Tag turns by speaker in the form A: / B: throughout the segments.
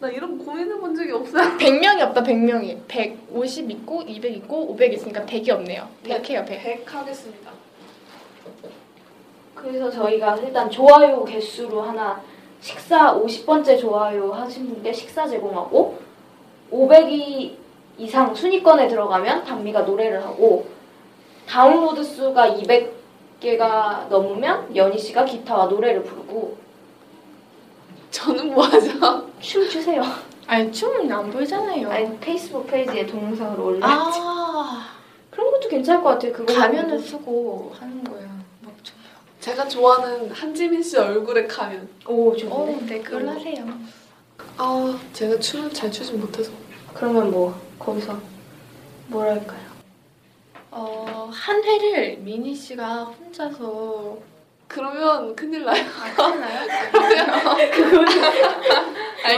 A: 나 이런 고민해 본 적이 없어요.
B: 100명이 없다, 100명이. 150 있고, 200 있고, 500 있으니까 100이 없네요. 100해요, 100.
A: 100 하겠습니다.
C: 그래서 저희가 일단 좋아요 개수로 하나 식사 50번째 좋아요 하신 분께 식사 제공하고 500위 이상 순위권에 들어가면 단미가 노래를 하고 다운로드 수가 200개가 넘으면 연희 씨가 기타와 노래를 부르고
A: 저는 뭐 하죠?
C: 춤 추세요.
B: 아니, 춤은 안 보이잖아요.
C: 아니 페이스북 페이지에 동영상을 올려.
B: 아,
C: 그런 것도 괜찮을 것 같아요. 그거
B: 가면을 쓰고 하는 거야. 막 좀.
A: 제가 좋아하는 한지민 씨 얼굴에 가면.
C: 오 좋네.
B: 어, 네, 그걸 하세요.
A: 아, 제가 춤을 잘 추진 못해서.
C: 그러면 뭐 거기서 뭘 할까요?
B: 어, 한 회를 미니 씨가 혼자서.
A: 그러면 큰일 나요.
B: 하나요?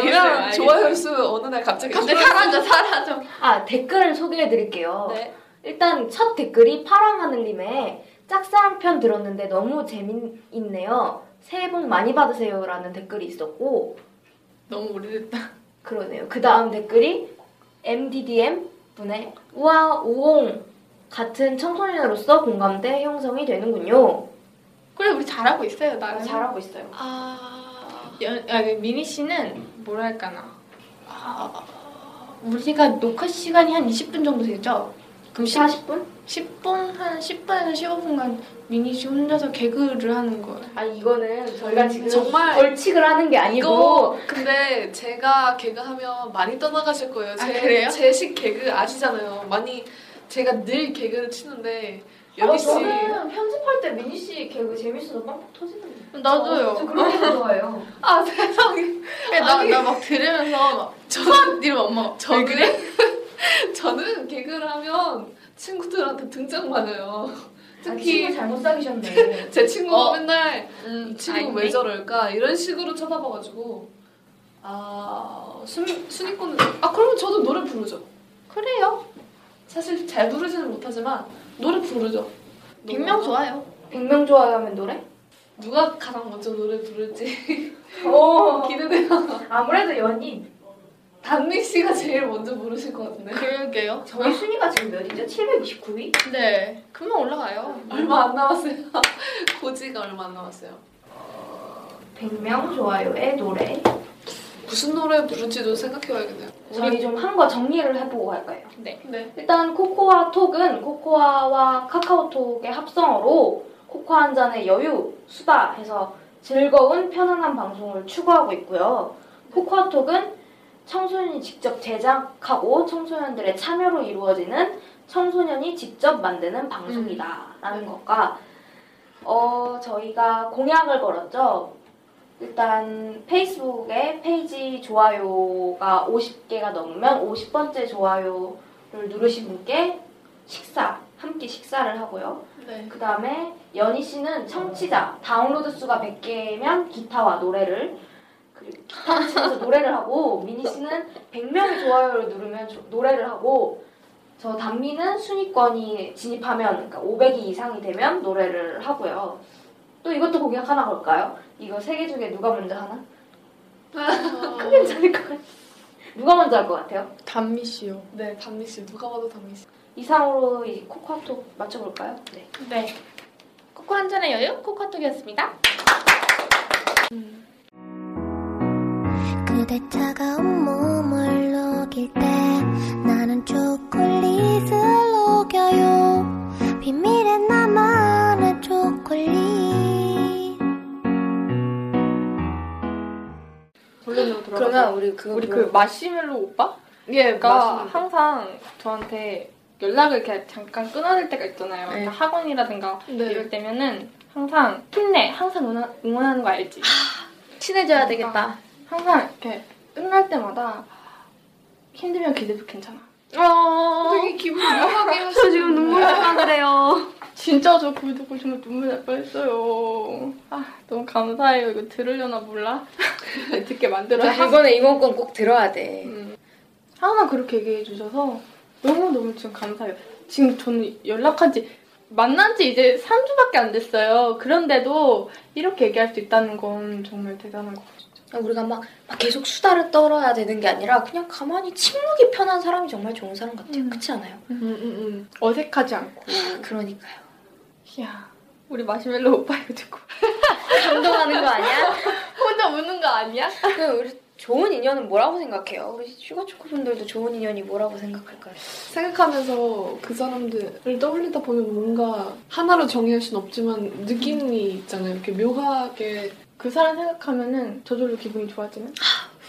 A: 그러면 좋아요 수 어느 날 갑자기
B: 갑자기 사라져, 사라져.
C: 아 댓글을 소개해 드릴게요.
A: 네.
C: 일단 첫 댓글이 파랑하늘님의 짝사랑 편 들었는데 너무 재밌네요. 새해 복 많이 받으세요라는 댓글이 있었고
B: 너무 오래됐다.
C: 그러네요. 그 다음 댓글이 MDDM 분의 우와 우옹 같은 청소년으로서 공감대 형성이 되는군요.
B: 그래, 우리 잘하고 있어요, 나름.
C: 잘하고 있어요.
A: 아,
B: 연, 아, 그 미니 씨는 뭐랄까나 아, 우리가 녹화 시간이 한 20분 정도 되죠? 그럼 10,
C: 40분?
B: 10분 한 10분에서 15분간
D: 미니 씨 혼자서 개그를 하는 거예요.
C: 아니 이거는 저희가 지금
A: 정말
C: 벌칙을 하는 게 아니고
A: 이거 근데 제가 개그하면 많이 떠나가실 거예요.
D: 아,
A: 제,
D: 그래요?
A: 제식 개그 아시잖아요. 많이 제가 늘 개그를 치는데 여기
C: 어,
A: 씨
C: 저는 편집할 때 미니 씨 개그 재밌어서 빵빵 터지는데.
D: 나도요.
C: 저 그런 거 좋아해요.
A: 아 세상에
D: 나
A: 아니.
D: 나 막 들으면서 막
A: 저는
D: 이러면 엄마
A: 저는 그래? 저는 개그를 하면 친구들한테 등짝 맞아요.
C: 특히
A: 특히
C: 잘못 사귀셨네.
A: 제 친구가
D: 어.
A: 맨날 이
D: 음,
A: 친구 왜 저럴까 이런 식으로 쳐다봐가지고 아 순, 순위권은 아 그러면 저도 노래 부르죠 그래요 사실 잘 부르지는 못하지만 노래 부르죠
D: 빅명 좋아요.
C: 백명 좋아요하면 노래?
A: 누가 가장 먼저 노래 부를지
B: 어.
C: 오
A: 기대돼요
C: 아무래도 연인.
A: 단미 씨가 제일 먼저 부르실 것 같은데
B: 음.
D: 그러게요.
C: 저희 순위가 지금 몇이죠? 729위?
D: 네, 금방 올라가요.
A: 얼마 안 남았어요 고지가 얼마 안 남았어요
C: 100명 좋아요의 노래.
A: 무슨 노래 부를지도 생각해봐야겠네요
C: 저희 좀 한 거 정리를 해보고 갈까요?
A: 네
C: 일단 코코아 톡은 코코아와 카카오톡의 합성어로 코코아 한 잔의 여유, 수다 해서 즐거운 편안한 방송을 추구하고 있고요. 코코아 톡은 청소년이 직접 제작하고 청소년들의 참여로 이루어지는 청소년이 직접 만드는 방송이다라는
A: 음.
C: 것과 어, 저희가 공약을 걸었죠. 일단 페이스북에 페이지 좋아요가 50개가 넘으면 50번째 좋아요 를 누르신 분께 식사 함께 식사를 하고요.
A: 네.
C: 그 다음에 연희 씨는 청취자 다운로드 수가 100개면 기타와 노래를 그리고 기타 치면서 노래를 하고 미니 씨는 100명의 좋아요를 누르면 조- 노래를 하고 저 단미는 순위권이 진입하면 그러니까 500위 이상이 되면 노래를 하고요. 또 이것도 공약 하나 걸까요? 이거 세 개 중에 누가 먼저 하나?
A: 어,
C: 괜찮을 것 같아요. 누가 먼저 할 것 같아요?
D: 단미 씨요.
A: 네 단미 씨 누가 봐도 단미 씨
C: 이상으로 이 코코아톡 맞춰볼까요? 네.
D: 네. 코코 한 잔의 여유 코카톡이었습니다.
E: 그대 차가운 몸을 녹일 때 나는 초콜릿을 녹여요 비밀에 나만의 초콜릿
B: 본론으로 돌아가.
F: 그러면 우리 그거
B: 우리 그
F: 그
B: 마시멜로 오빠가
A: 예
B: 항상 저한테 연락을 이렇게 잠깐 끊어질 때가 있잖아요.
D: 네.
B: 그러니까 학원이라든가
A: 네
B: 이럴 때면은 항상 힘내, 항상 응원, 응원하는 거 알지?
D: 친해져야
B: 되겠다. 항상 이렇게 끝날 때마다 힘들면 기대도 괜찮아. 어?
A: 되게 기분 묘하게 하시는
B: 저 지금 눈물
A: 거예요.
B: 날라 그래요. 진짜 저 그거 듣고 정말 눈물 날 뻔했어요. 아 너무 감사해요. 이거 들으려나 몰라. 듣게 만들어.
F: 이번에 이번 건 꼭 들어야 돼.
B: 음. 항상 그렇게 얘기해 주셔서 너무너무 지금 감사해요. 지금 저는 연락한 지, 만난 지 이제 3주밖에 안 됐어요. 그런데도 이렇게 얘기할 수 있다는 건 정말 대단한 것 같아요.
F: 우리가 막, 막 계속 수다를 떨어야 되는 게 아니라 그냥 가만히 침묵이 편한 사람이 정말 좋은 사람 같아요.
B: 음.
F: 그렇지 않아요?
B: 어색하지 않고.
F: 그러니까요.
B: 이야, 우리 마시멜로 오빠 이거 듣고
F: 감동하는 거 아니야?
B: 혼자 우는 거 아니야?
F: 그럼 네, 우리 좋은 인연은 뭐라고 생각해요? 우리 슈가초코 분들도 좋은 인연이 뭐라고 생각할까요?
A: 생각하면서 그 사람들을 떠올리다 보면 뭔가 하나로 정의할 순 없지만 느낌이 있잖아요. 이렇게 묘하게
B: 그 사람 생각하면은 저절로 기분이 좋아지는?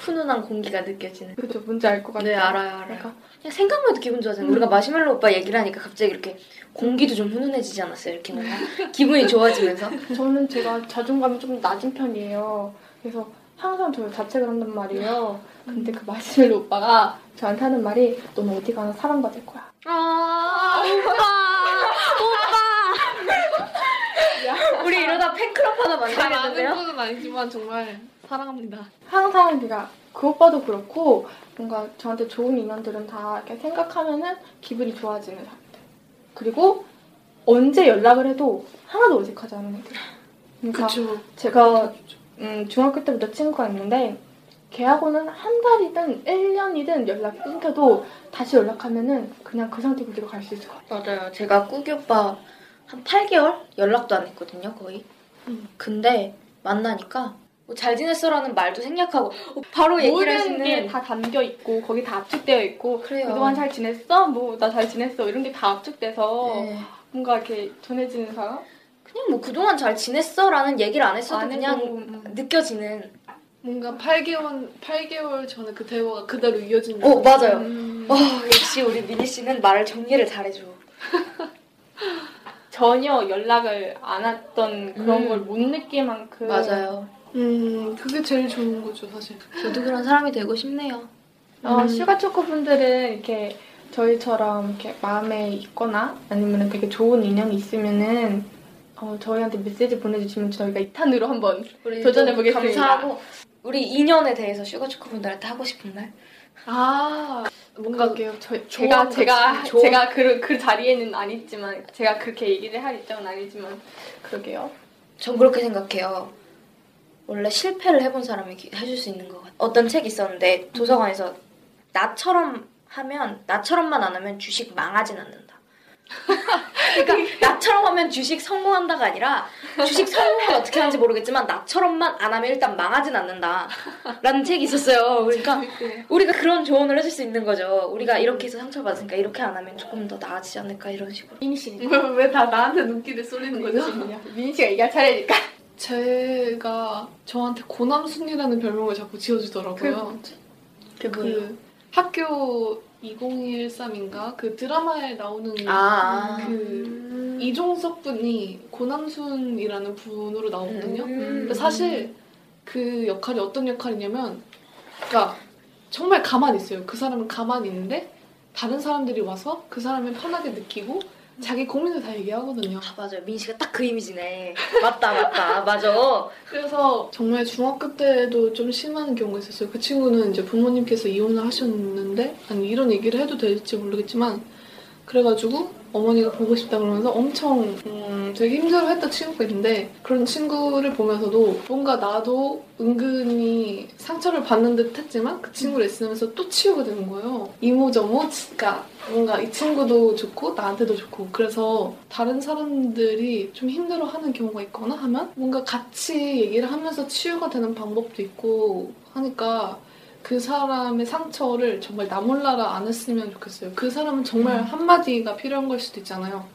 F: 훈훈한 공기가 느껴지는.
A: 그렇죠.
B: 그죠, 뭔지 알 것 같아요.
F: 네, 알아요, 알아요.
B: 그러니까
F: 그냥 생각만 해도 기분 좋아지는. 우리가
C: 음.
F: 마시멜로 오빠 얘기를 하니까 갑자기 이렇게 공기도 좀 훈훈해지지 않았어요? 이렇게 뭔가 기분이 좋아지면서.
B: 저는 제가 자존감이 좀 낮은 편이에요. 그래서 항상 저를 자책을 한단 말이에요. 근데 그 마시멜로 오빠가 저한테 하는 말이 너는 어디 가나 사랑받을 거야.
F: 아, 오빠! 오빠! 우리 이러다 팬클럽 하나
A: 잘 아는
F: 만들겠는데요?
A: 분은 아니지만 정말 사랑합니다.
B: 항상 내가 그 오빠도 그렇고 뭔가 저한테 좋은 인연들은 다 이렇게 생각하면은 기분이 좋아지는 사람들. 그리고 언제 연락을 해도 하나도 어색하지 않은 애들. 그러니까 제가 음, 중학교 때부터 친구가 있는데 걔하고는 한 달이든 1년이든 연락이 끊겨도 다시 연락하면은 그냥 그 상태 그대로 갈 수 있을 것 같아요.
F: 맞아요. 제가 꾸기 오빠 한 8개월 연락도 안 했거든요, 거의.
B: 음.
F: 근데 만나니까 뭐잘 지냈어라는 말도 생략하고 바로 얘기를
B: 모든 게
F: 하시는
B: 다 담겨 있고 거기 다 압축되어 있고
F: 그래요.
B: 그동안 잘 지냈어? 뭐 나 잘 지냈어 이런 게 다 압축돼서
F: 네. 아,
B: 뭔가 이렇게 전해지는 사람?
C: 그냥 뭐 그동안 잘 지냈어라는 얘기를 안 했어도
B: 안
C: 그냥
B: 해도, 음.
C: 느껴지는
A: 뭔가 8개월 8개월 전에 그 대화가 그대로 이어진
C: 어, 맞아요.
A: 음.
C: 와 역시 우리 미니 씨는 말을 정리를 잘해줘.
B: 전혀 연락을 안 했던 그런
C: 음.
B: 걸 못 느낄 만큼
C: 맞아요.
A: 음 그게 제일 좋은 거죠 사실
C: 저도 그런 사람이 되고 싶네요.
B: 어,
A: 음.
B: 슈가초코 분들은 이렇게 저희처럼 이렇게 마음에 있거나 아니면 되게 좋은 인연이 있으면은 어, 저희한테 메시지 보내주시면 저희가 2탄으로 한번
C: 우리
B: 도전해 보겠습니다.
C: 감사하고 우리 인연에 대해서 슈가초코분들한테 하고 싶은 말.
A: 아 뭔가
B: 그럴게요. 저,
A: 조언
B: 제가
A: 같은-
B: 제가
A: 조언.
B: 제가 그, 그 자리에는 아니지만 제가 그렇게 얘기를 할 입장은 아니지만 그러게요.
C: 전 그렇게 생각해요. 원래 실패를 해본 사람이 기- 해줄 수 있는 것 같아요. 어떤 책이 있었는데 도서관에서 나처럼 하면 나처럼만 안 하면 주식 망하진 않는다. 그러니까 나처럼 하면 주식 성공한다가 아니라 주식 성공을 어떻게 하는지 모르겠지만 나처럼만 안 하면 일단 망하진 않는다라는 책이 있었어요. 그러니까 우리가 그런 조언을 해줄 수 있는 거죠. 우리가 이렇게 해서 상처받으니까 이렇게 안 하면 조금 더 나아지지 않을까 이런 식으로.
A: 왜 다 나한테 눈길을 쏠리는 거죠?
B: 민희 씨가 얘기할 차례니까.
A: 제가 저한테 고남순이라는 별명을 자꾸 지어주더라고요.
C: 그
A: 그 학교 2013인가 그 드라마에 나오는
C: 아.
A: 그 이종석 분이 고남순이라는 분으로 나오거든요.
C: 음.
A: 근데 사실 그 역할이 어떤 역할이냐면, 그러니까 정말 가만히 있어요. 그 사람은 가만히 있는데 다른 사람들이 와서 그 사람을 편하게 느끼고 자기 고민을 다 얘기하거든요.
C: 아 맞아요 민 씨가 딱 그 이미지네 맞다 맞다 맞아
A: 그래서 정말 중학교 때도 좀 심한 경우가 있었어요. 그 친구는 이제 부모님께서 이혼을 하셨는데, 아니, 이런 얘기를 해도 될지 모르겠지만, 그래가지고 어머니가 보고 싶다 그러면서 엄청 음, 되게 힘들어했던 친구가 있는데 그런 친구를 보면서도 뭔가 나도 은근히 상처를 받는 듯 했지만 그 친구를 있으면서 또 치우게 되는 거예요. 이모저모 그러니까 뭔가 이 친구도 좋고 나한테도 좋고 그래서 다른 사람들이 좀 힘들어하는 경우가 있거나 하면 뭔가 같이 얘기를 하면서 치유가 되는 방법도 있고 하니까 그 사람의 상처를 정말 나 몰라라 안 했으면 좋겠어요. 그 사람은 정말 한마디가 필요한 걸 수도 있잖아요.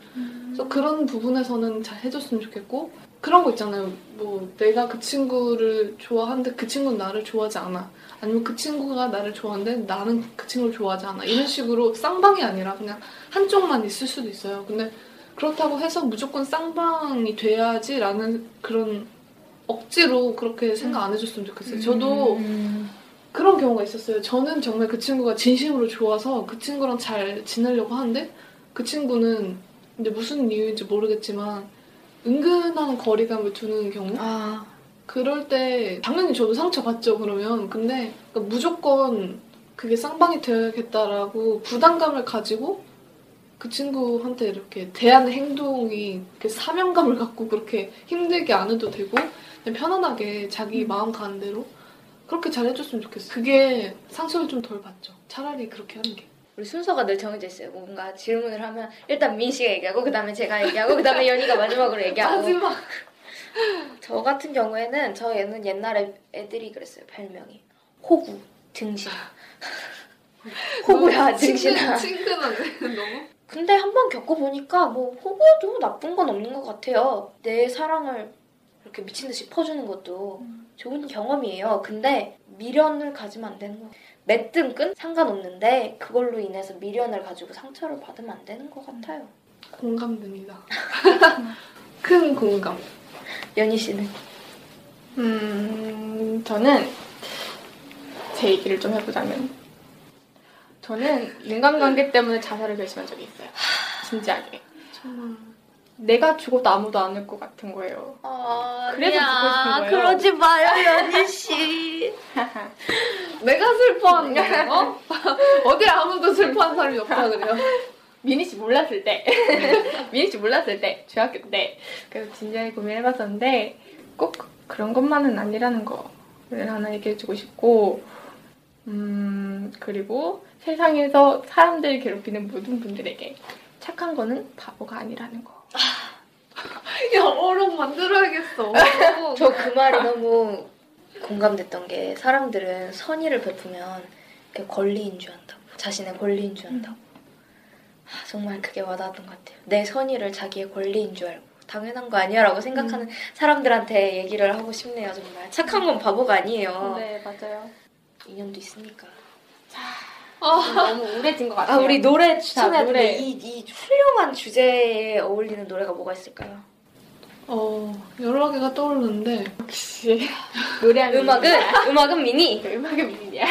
A: 그래서 그런 부분에서는 잘 해줬으면 좋겠고 그런 거 있잖아요. 뭐 내가 그 친구를 좋아하는데 그 친구는 나를 좋아하지 않아. 아니면 그 친구가 나를 좋아하는데 나는 그 친구를 좋아하지 않아. 이런 식으로 쌍방이 아니라 그냥 한쪽만 있을 수도 있어요. 근데 그렇다고 해서 무조건 쌍방이 돼야지라는 그런 억지로 그렇게 생각 안 해줬으면
B: 음.
A: 좋겠어요. 저도 그런 경우가 있었어요. 저는 정말 그 친구가 진심으로 좋아서 그 친구랑 잘 지내려고 하는데 그 친구는 이제 무슨 이유인지 모르겠지만 은근한 거리감을 두는 경우?
C: 아
A: 그럴 때 당연히 저도 상처받죠 그러면 근데 그러니까 무조건 그게 쌍방이 되어야겠다라고 부담감을 가지고 그 친구한테 이렇게 대하는 행동이 이렇게 사명감을 갖고 그렇게 힘들게 안 해도 되고 그냥 편안하게 자기 마음 가는 대로 그렇게 잘 해줬으면 좋겠어요 그게 상처를 좀 덜 받죠 차라리 그렇게 하는 게
C: 우리 순서가 늘 정해져 있어요 뭔가 질문을 하면 일단 민 씨가 얘기하고 그 다음에 제가 얘기하고 그 다음에 연희가 마지막으로 얘기하고
A: 마지막
C: 저 같은 경우에는 저 얘는 옛날에 애들이 그랬어요 별명이 호구 등신 호구야
B: 뭐
C: 등신아
A: 친근한데 너무
C: 근데 한번 겪어보니까 뭐 호구도 나쁜 건 없는 것 같아요. 내 사랑을 이렇게 미친 듯이 퍼주는 것도 좋은 경험이에요. 근데 미련을 가지면 안 되는 거. 매등끈 상관없는데 그걸로 인해서 미련을 가지고 상처를 받으면 안 되는 것 같아요.
A: 공감됩니다 큰 공감
C: 연희 씨는
B: 음, 저는 제 얘기를 좀 해보자면 저는
C: 네.
B: 인간관계 때문에 자살을 결심한 적이 있어요. 진지하게.
A: 정말
B: 내가 죽어도 아무도 안 올 것 같은 거예요.
C: 아,
B: 그래서 아니야. 듣고 싶은 거예요.
C: 그러지
B: 그러지
C: 마요, 연희 씨.
A: 내가 슬퍼하는 거야? 어? 어디 아무도 슬퍼한 사람이 없다 그래요.
B: 미니 씨 몰랐을 때, 미니 씨 몰랐을 때, 중학교 때. 그래서 진지하게 고민해봤었는데 꼭 그런 것만은 아니라는 거를 하나 얘기해주고 싶고, 음 그리고 세상에서 사람들을 괴롭히는 모든 분들에게 착한 거는 바보가 아니라는 거.
A: 야, 어록 만들어야겠어.
C: 저 그 말이 너무 공감됐던 게 사람들은 선의를 베푸면 그게 권리인 줄 안다고 자신의 권리인 줄 안다고 아, 정말 그게 와닿았던 것 같아요 내 선의를 자기의 권리인 줄 알고 당연한 거 아니야라고 생각하는 사람들한테 얘기를 하고 싶네요 정말 착한 건 바보가 아니에요
B: 네, 맞아요.
C: 인연도 있으니까
B: 너무 우울해진 것 아. 같아요.
C: 아 우리 노래 추천해야
B: 자, 노래.
C: 되는데 이, 이 훌륭한 주제에 어울리는 노래가 뭐가 있을까요?
A: 어 여러 개가 떠오르는데
B: 역시 노래하는
C: 음악은 음악은 미니
B: 음악은 미니야.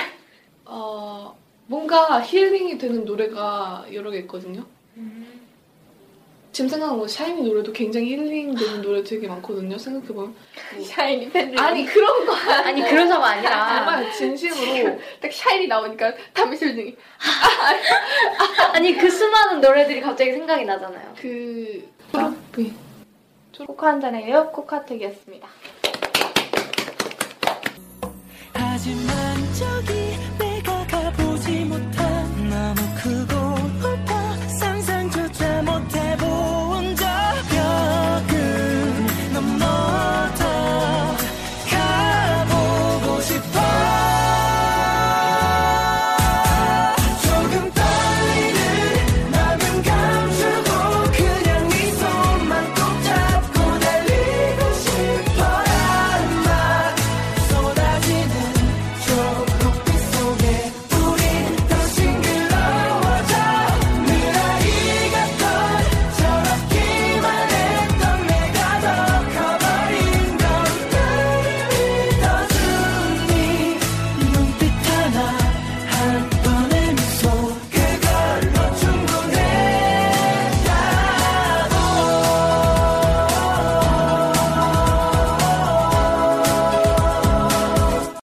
A: 어, 뭔가 힐링이 되는 노래가 여러 개 있거든요. 지금 생각한 건 샤이니 노래도 굉장히 힐링되는 노래 되게 많거든요. 생각해보면
B: 음. 샤이니 팬들
A: 아니 그런 거
C: 아니 그런 사람 아니라
A: 정말 진심으로
B: 딱 샤이니 나오니까 담이실 중에
C: 아니 그 수많은 노래들이 갑자기 생각이 나잖아요.
A: 그 그룹이
B: 코카 한 잔에요. 코카텍이었습니다.
E: 하지만 저기